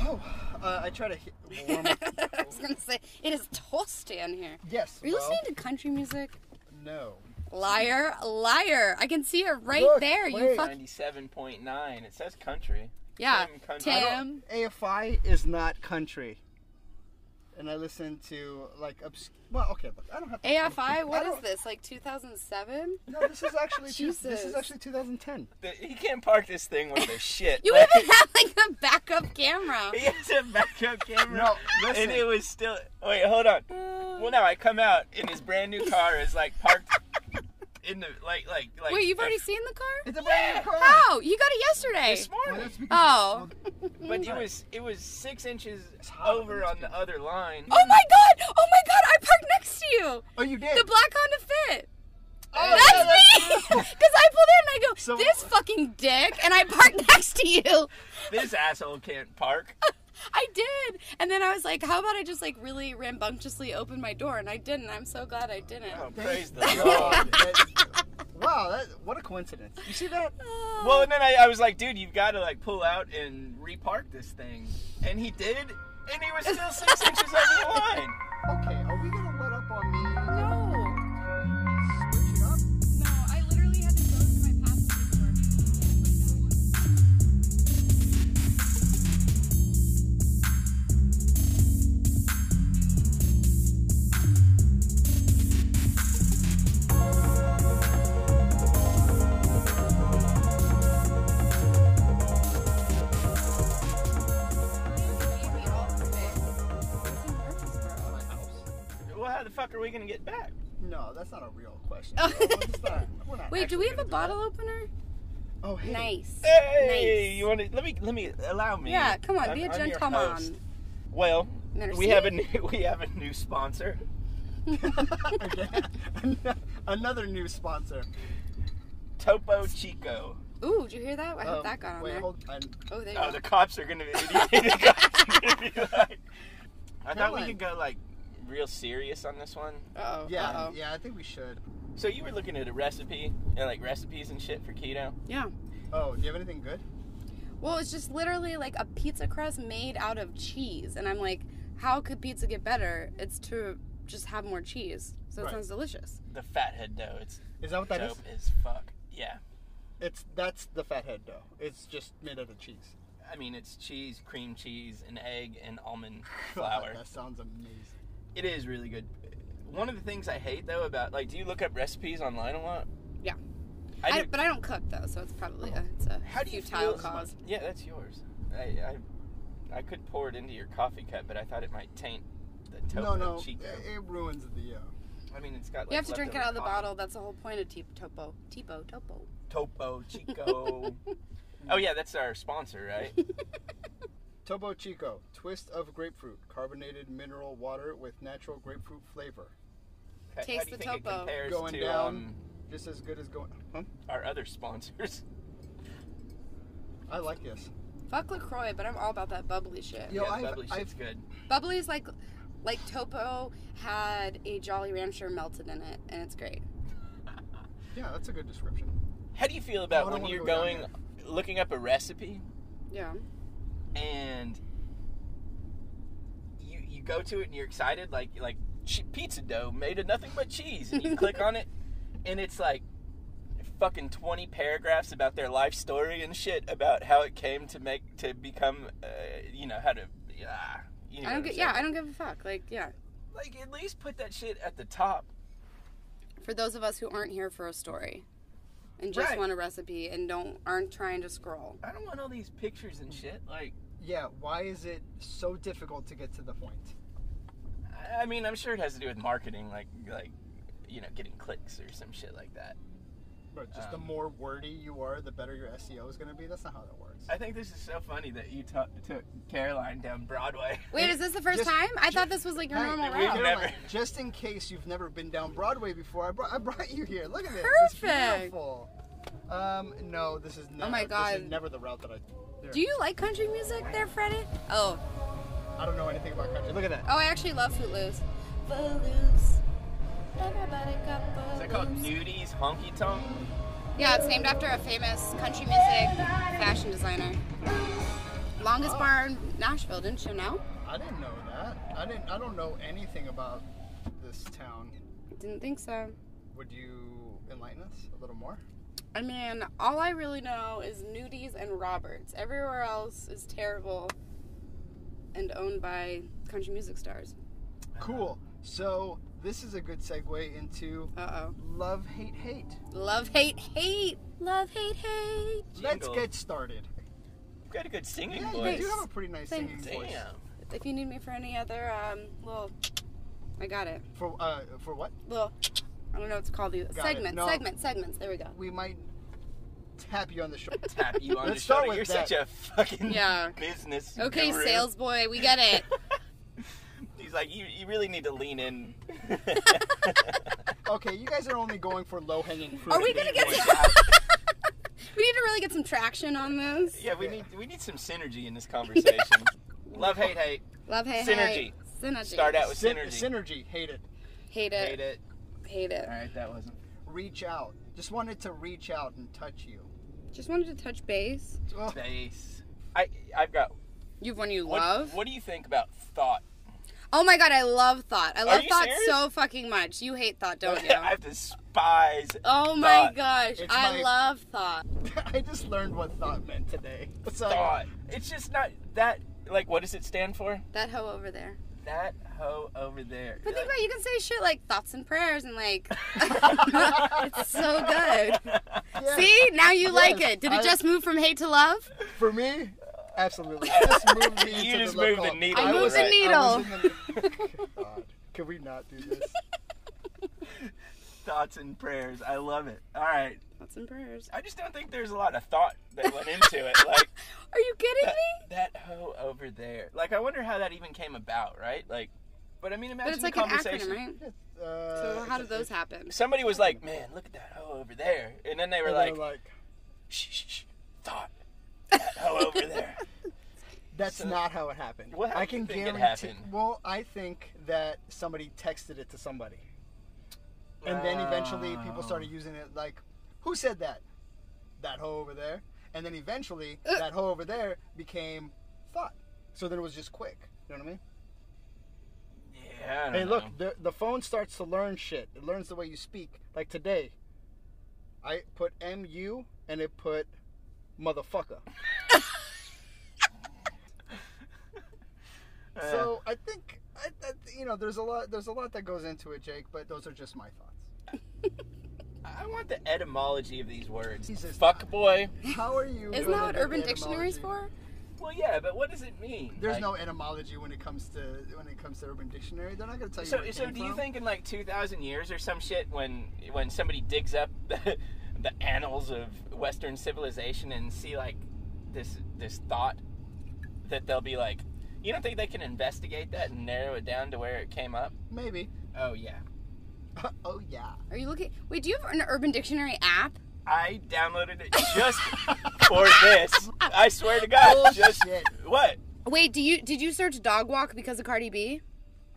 Oh, uh, I try to hit warm up. I was gonna say it is toasty in here. yes. Are you well, listening to country music? No. Liar, liar! I can see it right Look, there. wait. You fuck. Ninety-seven point nine. It says country. Yeah, Tim country. I don't- Tim. AFI is not country. And I listen to like obs- well, okay, look, I don't have to. AFI. I What is don't- this? Like 2007? No, this is actually two, this is Jesus. actually 2010. The, he can't park this thing with the shit. You Like, even have like a backup camera. He has a backup camera. No, listen. And it was still. Wait, hold on. Well, now I come out, and his brand new car is like parked in the like like like. Wait, you've already seen the car? It's a brand new car. How? You got it yesterday. this Well, morning. that's because- Oh. But it was it was six inches hot. over on the other line. Oh my god! Oh my god! I parked next to you. Oh, you did. The black Honda Fit. Oh, that's yeah, me. Because I pulled in and I go, So- this fucking dick, and I parked next to you. This asshole can't park. Oh, I did. And then I was like, how about I just like really rambunctiously open my door? And I didn't. I'm so glad I didn't. Oh, Thank praise the Lord. God, that- wow, that, what a coincidence. You see that? Oh. Well, and then I, I was like, dude, you've got to like pull out and repark this thing, and he did, and he was still six inches over the line. Okay, are we gonna let up on me no. switching up? No, I literally had to go to my passenger door. Well, how the fuck are we gonna get back? No, that's not a real question. Oh. bro. It's not- we're not Wait, do we actually have a gonna bottle opener? that. Oh, hey. Nice. Hey, nice. you want to? Let me, let me allow me. yeah, come on, I'm- be a I'm your host. gentleman. Well, Merci. we have a new, we have a new sponsor. Okay. Another new sponsor. Topo Chico. Ooh, did you hear that? I hope Um, that got on wait, there. hold on. Oh, there you Oh, go. the cops are gonna be. the cops are gonna be like, I thought we Caroline. could go like real serious on this one. Uh-oh. Yeah, Uh-oh. yeah, I think we should. So you were looking at a recipe and like recipes and shit for keto. Yeah. Oh, do you have anything good? Well, it's just literally like a pizza crust made out of cheese. And I'm like, how could pizza get better? It's to just have more cheese. So it Right. sounds delicious. The fathead dough. It's Is that what that is? dope as fuck. Yeah. It's that's the fathead dough. It's just made out of cheese. I mean, it's cheese, cream cheese, an egg, and almond God, flour. that sounds amazing. It is really good. One of the things I hate though about like, do you look up recipes online a lot? Yeah. I, I do. but I don't cook though, so it's probably a, it's a How do you futile feel? cause. Yeah, that's yours. I, I I could pour it into your coffee cup, but I thought it might taint the no, topo no, chico. it, it ruins the. Uh, I mean, it's got. Like, You have to drink it leftover out of the coffee. bottle. That's the whole point of te- topo. Tipo, topo. Topo Chico. oh yeah, that's our sponsor, right? Tobo Chico, twist of grapefruit, carbonated mineral water with natural grapefruit flavor. How- Taste How do you the think topo. It compares Going to down. Um, Just as good as going. Huh? our other sponsors. I like this. Fuck LaCroix, but I'm all about that bubbly shit. Yo, yeah, I've- bubbly shit's I've- good. Bubbly is like like Topo had a Jolly Rancher melted in it, and it's great. Yeah, that's a good description. How do you feel about I don't when wanna you're go down going looking up a recipe Yeah. and you you go to it and you're excited like like ch- pizza dough made of nothing but cheese and you click on it and it's like fucking 20 paragraphs about their life story and shit about how it came to make to become uh, you know how to ah, you know I don't what I'm get. Yeah, saying. I don't give a fuck. Like, yeah. like at least put that shit at the top For those of us who aren't here for a story, and just Right. want a recipe, and don't aren't trying to scroll. I don't want all these pictures and shit like Yeah, why is it so difficult to get to the point? I- I mean, I'm sure it has to do with marketing, like like you know, getting clicks or some shit like that. But just the Um, more wordy you are, the better your SEO is going to be. That's not how that works. I think this is so funny that you took took Caroline down Broadway. Wait, is this the first Just- time? I thought this was like your Hey, normal we've route. never- Just in case you've never been down Broadway before, I brought, I brought you here. Look at this. It's Perfect. Oh beautiful. Um, no, this is never. my This God. is never the route that I. There. Do you like country music, there, Freddie? Oh, I don't know anything about country. Look at that. oh, I actually love Footloose. Footloose. Everybody got Is that called Footloose. Nudies Honky Tonk? Yeah, it's named after a famous country music fashion designer. longest Ah. bar in Nashville. Didn't you know? I didn't know that. I didn't. I don't know anything about this town. Didn't think so. Would you enlighten us a little more? I mean, all I really know is Nudies and Roberts. Everywhere else is terrible and owned by country music stars. Cool. So this is a good segue into Uh oh. love, hate, hate. Love, hate, hate. Love, hate, hate. Let's Jingle. get started. You've got a good singing Yeah, voice. you do have a pretty nice Thanks. singing voice. Damn. If you need me for any other um, little, I got it. For uh, for what? Little, I don't know what to call these Got it. segments. No. Segments. Segments. There we go. We might tap you on the shoulder. Tap you on Let's the start shoulder. with You're that. such a fucking Yeah. business. Okay, guru. sales boy, we get it. He's like, you, you really need to lean in. okay, you guys are only going for low hanging fruit. Are we gonna get? Point Some, out. we need to really get some traction on this. Yeah, we Yeah. need we need some synergy in this conversation. Love, hate, hate. Love, hey, hey. Synergy. Start out with Syn- synergy. synergy? Hate it. Hate it. Hate it. Hate it. All right, that wasn't. Reach out. Just wanted to reach out and touch you. Just wanted to touch base. Oh, Base. I I've got. You've one you What, love. What do you think about thought? Oh my god, I love thought. I love you thought serious? so fucking much. You hate thought, don't you? I despise. oh my Thought. gosh, It's I my- love thought. I just learned what thought meant today. What's up? Thought. It's just not that. Like, what does it stand for? That hoe over there. That hoe over there. But think about it, you can say shit like thoughts and prayers and like it's so good. Yeah. See, now you like Yes, it. Did it I- just move from hate to love? For me, absolutely. I just moved me You into just the love moved the column. needle. I moved the right. needle. I was in the- God, can we not do this? Thoughts and prayers. I love it. All right. Thoughts and prayers. I just don't think there's a lot of thought that went into it. Like Are you kidding that, me? that hoe over there. Like I wonder how that even came about, right? Like, but I mean, imagine But it's like the an conversation. acronym, right? Uh, So how did those happen? Somebody was like, "Man, look at that hoe over there," and then they were and like, they're like, shh, shh, shh, "Thought that hoe over there." that's So- not how it happened. Well, how I do you can think it guarantee. happened? Well, I think that somebody texted it to somebody, and then eventually people started using it. Like, who said that? That hoe over there. And then eventually, that hoe over there became thought. So then it was just quick. You know what I mean? Yeah. I don't Hey, know. look, the, the phone starts to learn shit. It learns the way you speak. Like today, I put MU and it put motherfucker. so Eh. I think I, I, you know there's a lot there's a lot that goes into it, Jake. But those are just my thoughts. I want the etymology of these words. Jesus. Fuck boy. How are you? Isn't gonna that what get Urban the Dictionary's etymology? for? Well, yeah, but what does it mean? There's Like, no etymology when it comes to when it comes to Urban Dictionary. They're not going to tell you. So, where it so came do you from. think in like 2,000 years or some shit, when when somebody digs up the, the annals of Western civilization and see like this this thought, that they'll be like, you don't think they can investigate that and narrow it down to where it came up? maybe? Oh yeah, oh yeah. Are you looking? Wait, do you have an Urban Dictionary app? I downloaded it just for this. I swear to God, just Shit. what? Wait, do you did you search dog walk because of Cardi B?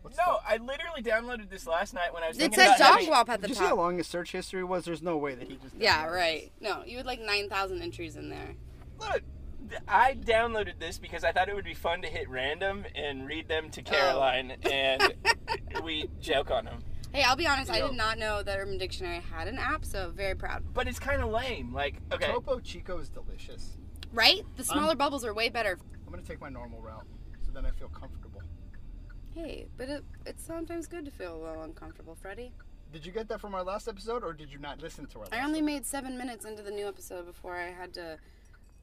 No, I literally downloaded this last night when I was. It thinking said about how dog many- walk at the Did you see how top. long his search history was? There's no way that he just. Yeah, right. No, you had like nine thousand entries in there. Look, th- I downloaded this because I thought it would be fun to hit random and read them Oh. to Caroline, and we joke on them. Hey, I'll be honest. I Yo. did not know that Urban Dictionary had an app, so very proud. But it's kind of lame. Like, okay, Topo Chico is delicious. Right? The smaller bubbles are way better. I'm gonna take my normal route, so then I feel comfortable. Hey, but it, it's sometimes good to feel a little uncomfortable, Freddie. Did you get that from our last episode, or did you not listen to our? Last I only made seven minutes into the new episode before I had to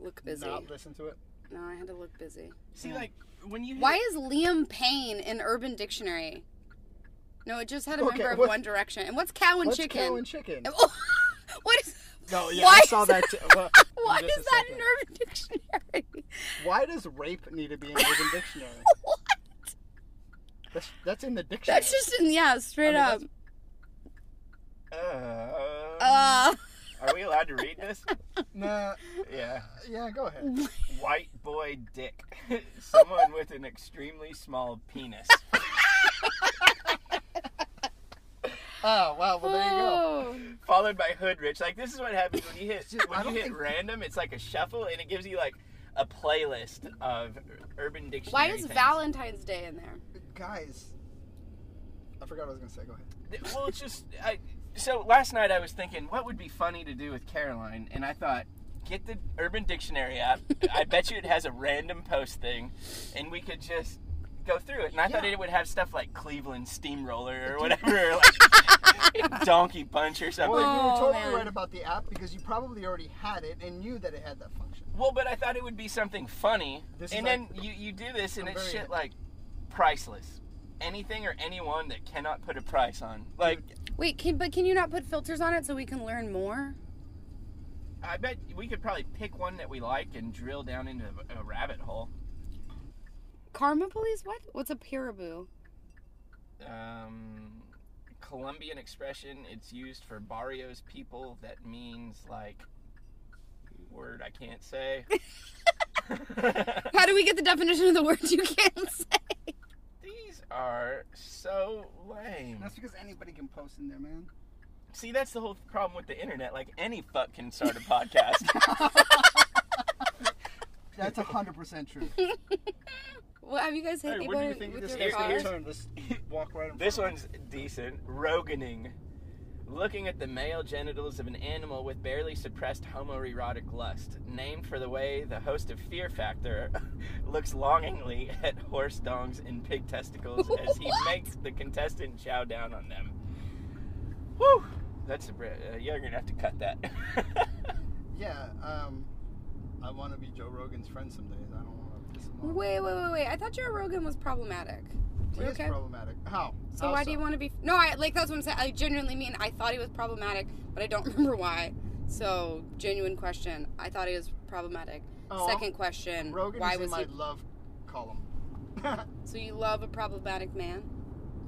look busy. episode? not listen to it. No, I had to look busy. see, like when you Why is Liam Payne in Urban Dictionary? No, it just had a Okay, member of what's- One Direction. And what's cow and What's chicken? cow and chicken? what is? No, yeah, why I saw is that. Too. Well, Why just a is that in second. Urban Dictionary? Why does rape need to be in Urban Dictionary? what? That's, that's in the dictionary. That's just in, yeah, straight I up. mean, Uh, mm, Uh, are we allowed to read this? Nah, Yeah, yeah, go ahead. white boy dick, someone with an extremely small penis. Oh wow, well there you go. followed by hood rich. Like this is what happens when you hit Dude, I when don't you hit think- random. It's like a shuffle, and it gives you like a playlist of Urban Dictionary. Why is things. Valentine's Day in there? Guys, I forgot what I was gonna say. Go ahead. Well, it's just I. So last night I was thinking, what would be funny to do with Caroline, and I thought, get the Urban Dictionary app. I bet you it has a random post thing, and we could just go through it. And I thought Yeah. it would have stuff like Cleveland Steamroller or whatever, or like Donkey Punch or something. Well, Well, you were Oh, totally man. right about the app because you probably already had it and knew that it had that function. but I thought it would be something funny, This is and then like- you you do this, and I'm it's very- shit like priceless. Anything or anyone that cannot put a price on, like Wait, can, but can you not put filters on it so we can learn more? I bet we could probably pick one that we like and drill down into a rabbit hole. Karma police? What? What's a piraboo? Um, Colombian expression. It's used for barrios people. That means like word I can't say. How do we get the definition of the word you can't say? These are so lame. That's because anybody can post in there, man. See, that's the whole problem with the internet. Like any fuck can start a podcast. That's hundred percent true. Well, have you guys hit Hey, you what do you guys- think of with this your is? cars? Here's- turn? Let's walk right in This front. one's decent. Roganing. Looking at the male genitals of an animal with barely suppressed homoerotic lust, named for the way the host of Fear Factor looks longingly at horse dongs and pig testicles as he What? makes the contestant chow down on them. Whew! That's a br- uh, you're gonna have to cut that. Yeah, um, I want to be Joe Rogan's friend someday. I don't want to piss him off. Wait, wait, wait, wait. I thought Joe Rogan was problematic. He You is okay? problematic. How? So How why do you want to be? No, I like that's what I'm saying. I genuinely mean I thought he was problematic, but I don't remember why. So genuine question. I thought he was problematic. Oh, Second question. Rogan why is was in my he? love column. So you love a problematic man?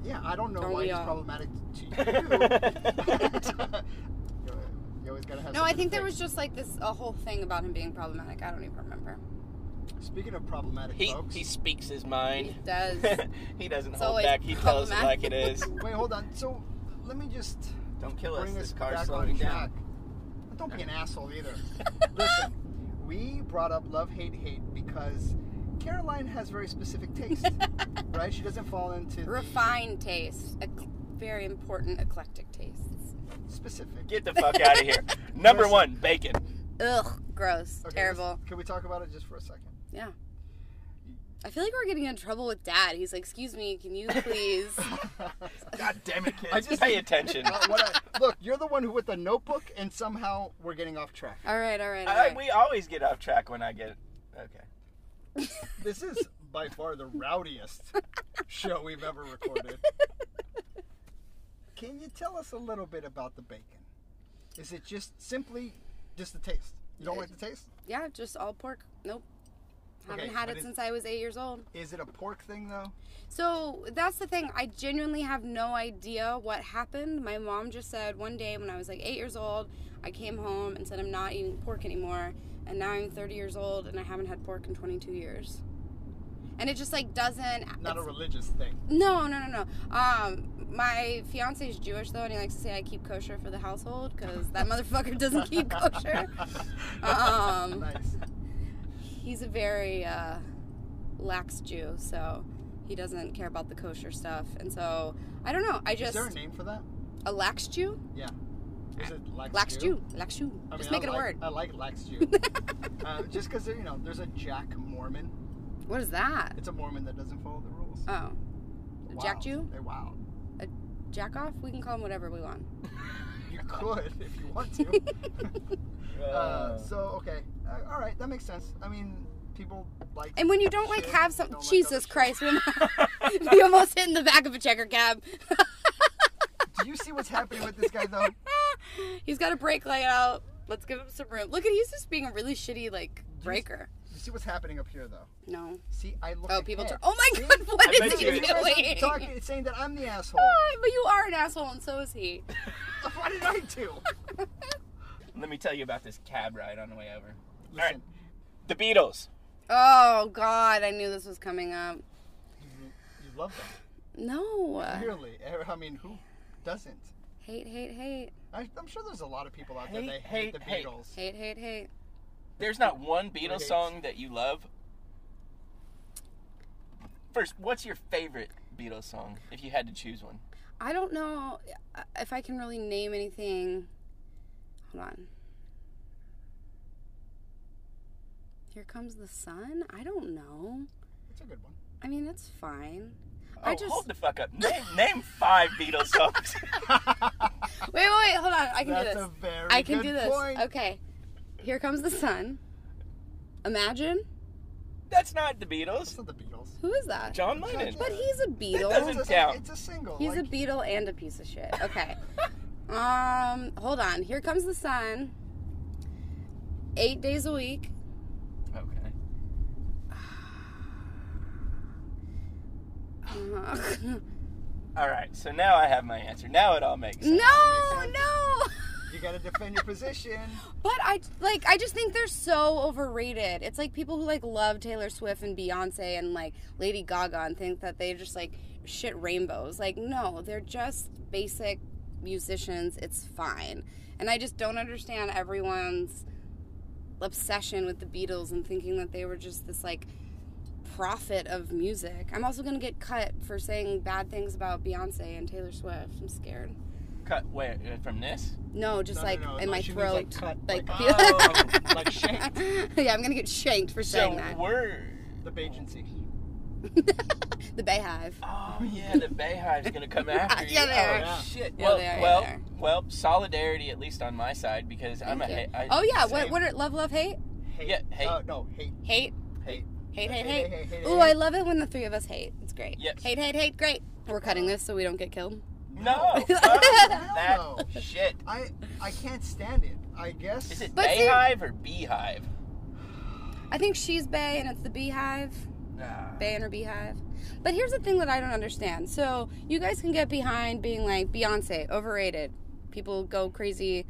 yeah, I don't know Don't why we he's all? problematic to you. you, you always gotta have. No, I something think to there was just like this a whole thing about him being problematic. I don't even remember. Speaking of problematic he folks. he speaks his mind. He does. he doesn't It's hold always back. He tells it like it is. Wait, hold on. So, let me just Don't kill us. bring This us car's back slowing on down. track. But Don't be an asshole either. Listen, we brought up love, hate, hate because Caroline has very specific taste, right? She doesn't fall into the Refined taste, a very important eclectic tastes. specific. Get the fuck out of here. Number Listen. one, bacon. Ugh, gross, Okay, terrible. let's- Can we talk about it just for a second? Yeah. I feel like we're getting in trouble with dad. He's like, "Excuse me, can you please?" God damn it, kids. I just- pay attention. Uh, what I- look, you're the one who with the notebook, and somehow we're getting off track. all right, all right, all I, right. we always get off track when I get. Okay. This is by far the rowdiest show we've ever recorded. Can you tell us a little bit about the bacon? Is it just simply just the taste? You don't like the taste? yeah, just all pork. Nope. Haven't Okay, had but it it- since I was eight years old. Is it a pork thing though? So that's the thing. I genuinely have no idea what happened. My mom just said one day when I was like eight years old, I came home and said, I'm not eating pork anymore. And now I'm 30 years old and I haven't had pork in 22 years. And it just like doesn't. Not a it's- religious thing. No, no, no, no. Um, my fiance is Jewish though, and he likes to say I keep kosher for the household because that motherfucker doesn't keep kosher. Um, nice. He's a very uh, lax Jew, so he doesn't care about the kosher stuff. And so I don't know. I Is just there a name for that? a lax Jew, Yeah. Is it lax, lax Jew, lax Jew. I mean, just I make it a like- word. I like lax Jew. uh, just because you know, there's a Jack Mormon. What is that? It's a Mormon that doesn't follow the rules. Oh, Wow. Jack Jew? They're wild. jack off. We can call him whatever we want. You could if you want to. uh, so okay, uh, all right, that makes sense. I mean, people like. And when you don't like shit, have some, don't like Jesus other Christ, we almost, we almost hit in the back of a checker cab. shit. Do you see what's happening with this guy though? He's got a brake light out. Let's give him some room. Look at he's just being a really shitty like breaker. You see what's happening up here though. No. See, I look. Oh, people. ahead. Turn. Oh my See? God! What I is bet he you- You guys are doing? talking, it's saying that I'm the asshole. Ah, but you are an asshole, and so is he. Why did I do? Let me tell you about this cab ride on the way over. right. Listen, The Beatles. Oh God! I knew this was coming up. you, you love them No. clearly. I mean, who doesn't? Hate, hate, hate, I, I'm sure there's a lot of people out there Hate, that hate, hate, the hate. Beatles. hate, hate, hate. There's not one Beatles Great. song that you love. First, what's your favorite Beatles song if you had to choose one? I don't know uh, if I can really name anything. Hold on. Here comes the sun? I don't know. It's a good one. I mean, it's fine. Oh, I just hold the fuck up. Name, name five Beatles songs. Wait, wait, wait, hold on. I can That's do this. a very I can good do this. point. Okay. Here comes the sun. Imagine. That's not the It's Beatles. not the Beatles. Who is that? John Lennon. But he's a doesn't- beetle. It's a, count. it's a single. He's a like, beetle and a piece of shit. Okay. um, hold on. Here comes the sun. 8 days a week. Okay. Uh, All right. So now I have my answer. Now it all makes sense. no, no. you gotta defend your position. But I like I just think they're so overrated. It's like people who like love Taylor Swift and Beyonce and like Lady Gaga and think that they just like shit rainbows. Like no, they're just basic musicians. It's fine. And I just don't understand everyone's obsession with the Beatles and thinking that they were just this like prophet of music. I'm also going to get cut for saying bad things about Beyonce and Taylor Swift. I'm scared. Cut. Wait. uh, From this? No, just No, no, like no, in no, my she means, like, throat. cut, like, like, Oh. like shanked. yeah, I'm gonna get shanked for saying so we're. The agency. that. the Bayhive. Oh yeah, the Bayhive's gonna come after you. Yeah, they oh, are. Yeah. shit. Yeah, well, they are, yeah, well, they are. well. Solidarity, at least on my side, because I'm a. Thank you. ha- I- oh yeah, same. what what are love love hate? Hate. Yeah, hate. Uh, no, hate. Hate. Hate. Hate, Hate, hate, hate, hate. hate, hate, Ooh, hate. I love it when the three of us hate. It's great. Yes. Hate, hate, hate, great. We're cutting this so we don't get killed. No. fuck that No. shit. I I can't stand it. I guess. Is it But see- Bayhive or Beehive? I think she's Bay and it's the beehive. Nah. Bay and her beehive. But here's the thing that I don't understand. So you guys can get behind being like Beyonce, overrated. People go crazy.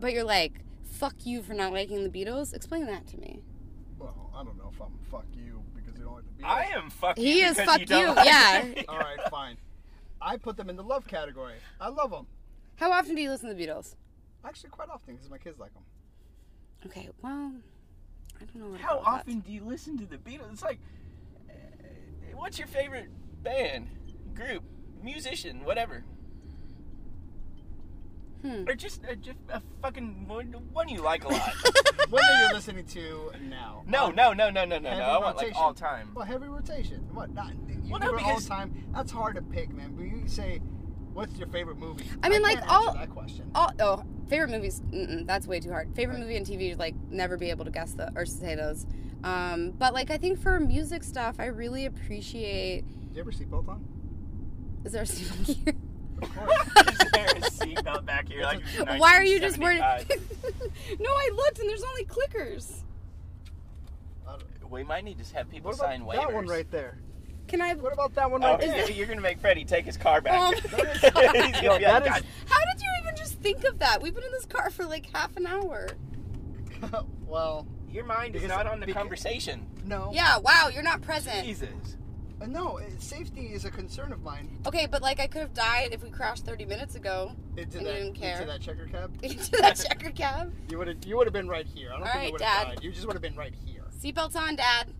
But you're like, fuck you for not liking the Beatles. Explain that to me. Well, I don't know if I'm fuck you because you don't like the Beatles. I am fucking. He is because fuck don't you, like yeah. me. All right, fine. I put them in the love category. I love them. How often do you listen to the Beatles? Actually, quite often because my kids like them. Okay, well, I don't know. What to How call that. often do you listen to the Beatles? It's like, uh, what's your favorite band, group, musician, whatever? Hmm. Or just, uh, just a fucking one, one you like a lot. What are you listening to now? no, Um, no, no, no, no, no, no. Heavy I want like rotation. all time. Well, heavy rotation. What? Not you well, Well, no, all because- time. That's hard to pick, man. But you say, what's your favorite movie? I mean, like, can't all- answer that question. All, oh, favorite movies. Mm-mm, that's way too hard. Favorite movie and TV, like never be able to guess the or say those. Um, but like I think for music stuff, I really appreciate. Did you ever see both on? Is there a Stephen here? Of course. Is there a seatbelt back here? Like it was Why are you just worried? 1975? no, I looked and there's only clickers. I don't- we might need to have people What sign about waivers. that one right there? Can I? What about that one Oh, right is there? it- you're gonna make Freddie take his car back. Oh He's my gonna be God. like, Um, that is- "God How did you even just think of that? We've been in this car for like half an hour. well, Your mind is Because- not on the because- Eh. conversation. no. Yeah. Wow. You're not present. Jesus. Uh, No, uh, safety is a concern of mine. Okay, but like I could have died if we crashed 30 minutes ago Into And you that, didn't care. into that checker cab. into that checkered cab. You would have, you would have been right here. I don't All think right, you would have Dad. died. You just would have been right here. Seatbelts on, Dad.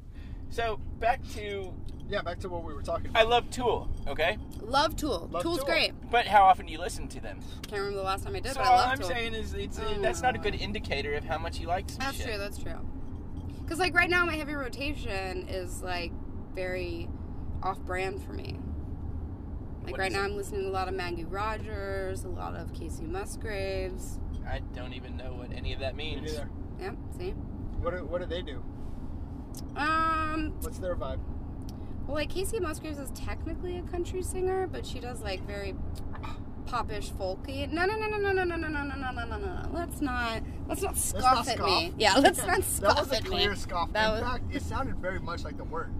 So back to Yeah, back to what we were talking I about. love Tool, okay? Love Tool. Love Tool's Tool. great. But how often do you listen to them? Can't remember the last time I did, so but I all love I'm Tool. saying is it's Oh. that's not a good indicator of how much you like some that's shit. true. That's true. Because like right now, my heavy rotation is like very off-brand for me. Like What right is now, it? I'm listening to a lot of Maggie Rogers, a lot of Casey Musgraves. I don't even know what any of that Me means. neither. Yep. See. What do, what do they do? Um. What's their vibe? Well, like Casey Musgraves is technically a country singer, but she does like very popish folky. No, no, no, no, no, no, no, no, no, no, no, no, no, no. Let's not. Let's not Let's scoff not at scoff. me. Yeah, let's not That scoff was a at clear me. scoff. That In was- fact, it sounded very much like the word.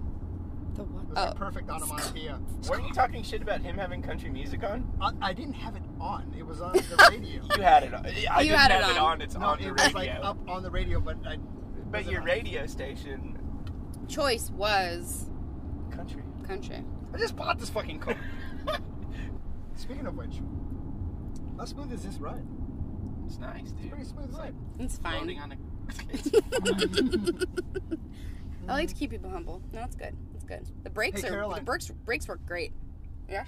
The what? It was Oh, like perfect onomatopoeia. Weren't you talking shit about him having country music on? I, I didn't have it on. It was on the radio. You had it on. I didn't had it have on. it on. It's no, on it your was like radio. up on the radio, but I. but was it your on? radio station, choice was country. country. I just bought this fucking car. Speaking of which, how smooth is this ride? It's nice, dude. Pretty smooth It's ride. like It's floating fine. on a I like to keep people humble. No, it's good. It's good. The brakes Hey, are the Caroline. brakes brakes work great. Yeah,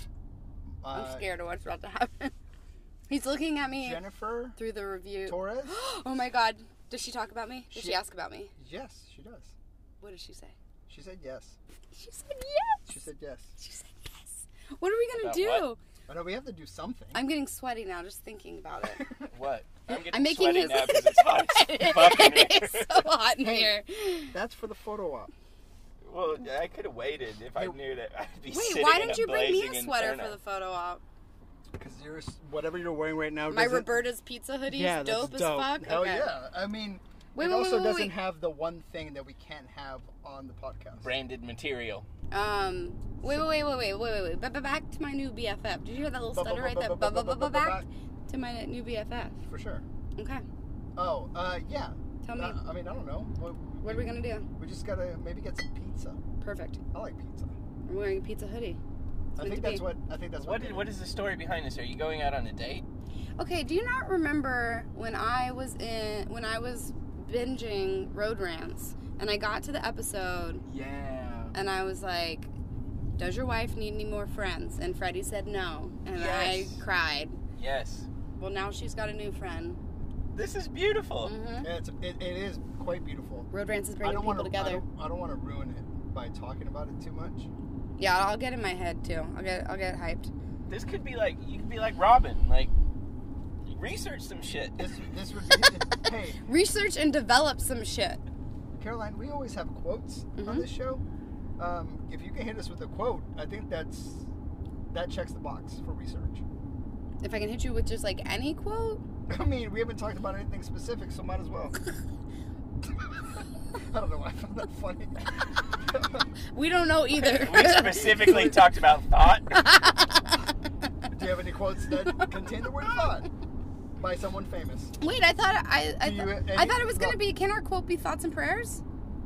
I'm Uh, scared of what's about to happen. He's looking at me Jennifer through the review. Torres? oh my God! Does she talk about me? Does she, She- ask about me? yes, she does. What does she say? She said yes. She said yes. She said yes. She said yes. What are we gonna About do? what? I know we have to do something. I'm getting sweaty now just thinking about it. What? I'm getting I'm making sweaty his. now because it's hot. as fuck in here. it is so hot in here. That's for the photo op. Well, I could have waited if I Hey, knew that I'd be Wait, sitting why in didn't a you bring me a blazing sweater inferno. for the photo op? Because yours, whatever you're wearing right now, My doesn't- Roberta's pizza hoodie Yeah, is that's dope, dope. as fuck. Hell Okay. yeah! I mean, Wait, it wait, also wait, wait, doesn't wait. have the one thing that we can't have on the podcast. branded material? Um. Wait, wait, wait, wait, wait, wait, wait, wait. But but back to my new BFF. Did you hear that little Bu- bu- stutter bu- right bu- there? bu- Ba- bu- ba- bu- ba- bu- Back back. to my new BFF. For sure. Okay. Oh, uh, yeah. Tell me, Uh, I mean, I don't know. What, what are we gonna do? we just gotta maybe get some pizza. Perfect. I like pizza. I'm wearing a pizza hoodie. It's I think meant to be. that's what. I think that's What what. is, what is the story behind this? Are you going out on a date? Okay. Do you not remember when I was in when I was binging Road Rants and I got to the episode Yeah. and I was like, "Does your wife need any more friends?" And Freddie said no, and Yes. I cried. Yes. Well, now she's got a new friend. This is beautiful. hmm Yeah, it's it, it is quite beautiful. Road Rants Oh. is I bringing don't people want to. I together. don't, I don't want to ruin it by talking about it too much. Yeah, I'll get in my head too. I'll get I'll get hyped. This could be like you could be like Robin, like research some shit. This this would be. hey, Research and develop some shit. Caroline, we always have quotes on Mhm. this show. Um, if you can hit us with a quote, I think that's that checks the box for research. If I can hit you with just like any quote, I mean, we haven't talked about anything specific, so might as well. I don't know why I found that funny. we don't know either. We specifically talked about thought. Do you have any quotes that contain the word thought by someone famous? Wait, I thought I I, Do you- thought- any- I thought it was gonna no. be. Can our quote be thoughts and prayers? I